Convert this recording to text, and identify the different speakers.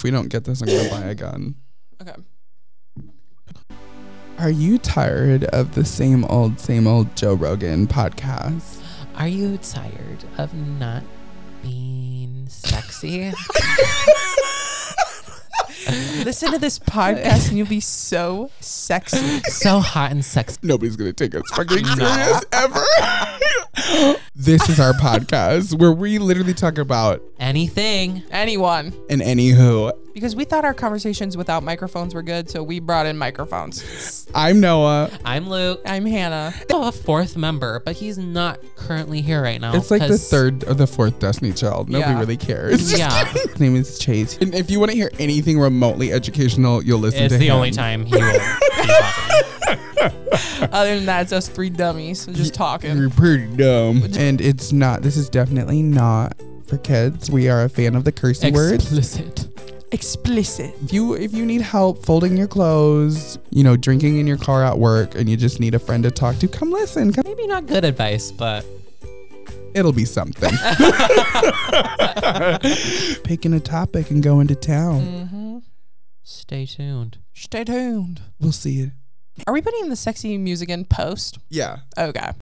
Speaker 1: If we don't get this, I'm gonna buy a gun.
Speaker 2: Okay.
Speaker 1: Are you tired of the same old, same old Joe Rogan podcast?
Speaker 2: Are you tired of not being sexy?
Speaker 3: Listen to this podcast and you'll be so sexy.
Speaker 2: so hot and sexy.
Speaker 1: Nobody's gonna take us fucking serious ever. this is our podcast where we literally talk about
Speaker 2: Anything.
Speaker 3: Anyone.
Speaker 1: an anywho.
Speaker 3: Because we thought our conversations without microphones were good, so we brought in microphones.
Speaker 1: I'm Noah.
Speaker 2: I'm Luke.
Speaker 3: I'm Hannah.
Speaker 2: Oh, a fourth member, but he's not currently here right now.
Speaker 1: It's like the
Speaker 2: Oh, 'cause-
Speaker 1: third or the fourth Destiny Child. Nobody
Speaker 3: Yeah.
Speaker 1: really cares.
Speaker 2: Yeah.
Speaker 1: His name is Chase. And if you want to hear anything remotely educational, you'll listen
Speaker 2: It's
Speaker 1: to
Speaker 2: the
Speaker 1: him.
Speaker 2: only time he will be talking.
Speaker 3: Other than that, it's us three dummies just talking.
Speaker 1: You're pretty dumb. And it's not, this is definitely not for kids. We are a fan of the cursey words.
Speaker 2: Explicit.
Speaker 3: Explicit.
Speaker 1: If you if you need help folding your clothes, you know, drinking in your car at work and you just need a friend to talk to, come listen. Come,
Speaker 2: Maybe not good advice, but
Speaker 1: it'll be something. Picking a topic and going to town.
Speaker 3: Mm-hmm.
Speaker 2: stay tuned.
Speaker 3: Stay tuned.
Speaker 1: We'll see you.
Speaker 3: Are we putting the sexy music in post?
Speaker 1: Yeah.
Speaker 3: Okay.